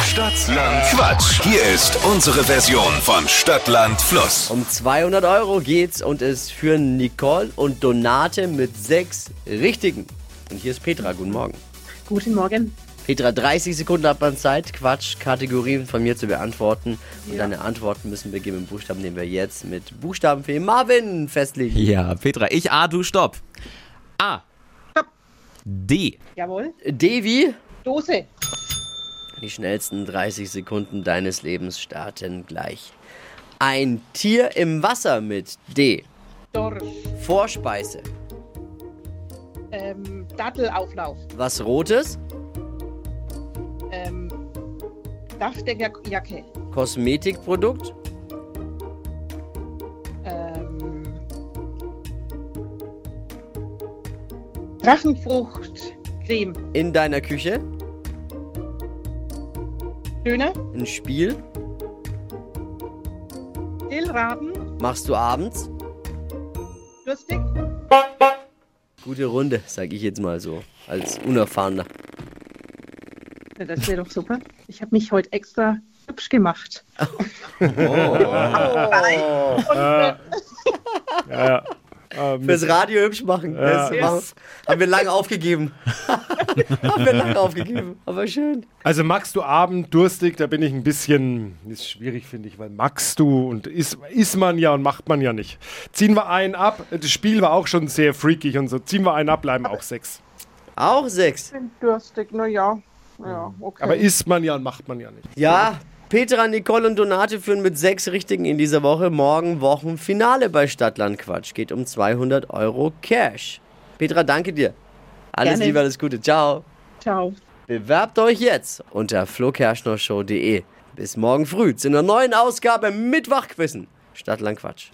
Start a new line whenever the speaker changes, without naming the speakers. Stadtland Quatsch. Hier ist unsere Version von Stadtland Fluss.
Um 200 Euro geht's und es führen Nicole und Donate mit sechs Richtigen. Und hier ist Petra, guten Morgen.
Guten Morgen.
Petra, 30 Sekunden hat man Zeit, Quatsch, Kategorien von mir zu beantworten. Und deine Antworten müssen beginnen mit Buchstaben, den wir jetzt mit Buchstaben für Marvin festlegen.
Ja, Petra, ich A, du stopp. A. D.
Jawohl.
Devi,
Dose.
die schnellsten 30 Sekunden deines Lebens starten gleich. Ein Tier im Wasser mit D.
Dorsch.
Vorspeise.
Ähm, Dattelauflauf.
Was Rotes,
Ähm, Dachsteckerjacke.
Kosmetikprodukt,
Ähm, Drachenfruchtcreme.
in deiner Küche,
Döner.
ein Spiel,
Dillraben.
machst du abends.
Durstig.
Gute Runde, sag ich jetzt mal so, als Unerfahrener.
Na, das wäre doch super. Ich habe mich heute extra hübsch gemacht.
Fürs Radio hübsch machen. Das
Yes.
machen haben wir lange aufgegeben. haben wir lange aufgegeben. Aber schön.
Also magst du Abend durstig, da bin ich ein bisschen, ist schwierig, finde ich, weil magst du und isst isst man ja und macht man ja nicht. Ziehen wir einen ab, das Spiel war auch schon sehr freakig und so. Ziehen wir einen ab, bleiben auch sechs.
Auch sechs.
Durstig, äh, na ja. Ja, okay.
Aber isst man ja und macht man ja nicht.
Ja, Petra, Nicole und Donate führen mit sechs Richtigen in dieser Woche. Morgen Wochenfinale bei Stadtland Quatsch. Geht um 200 Euro Cash. Petra, danke dir. Alles
Gerne.
Liebe, alles Gute. Ciao.
Ciao.
Bewerbt euch jetzt unter flokerschnershow.de. Bis morgen früh zu einer neuen Ausgabe mit Wachquissen. Stadtland Quatsch.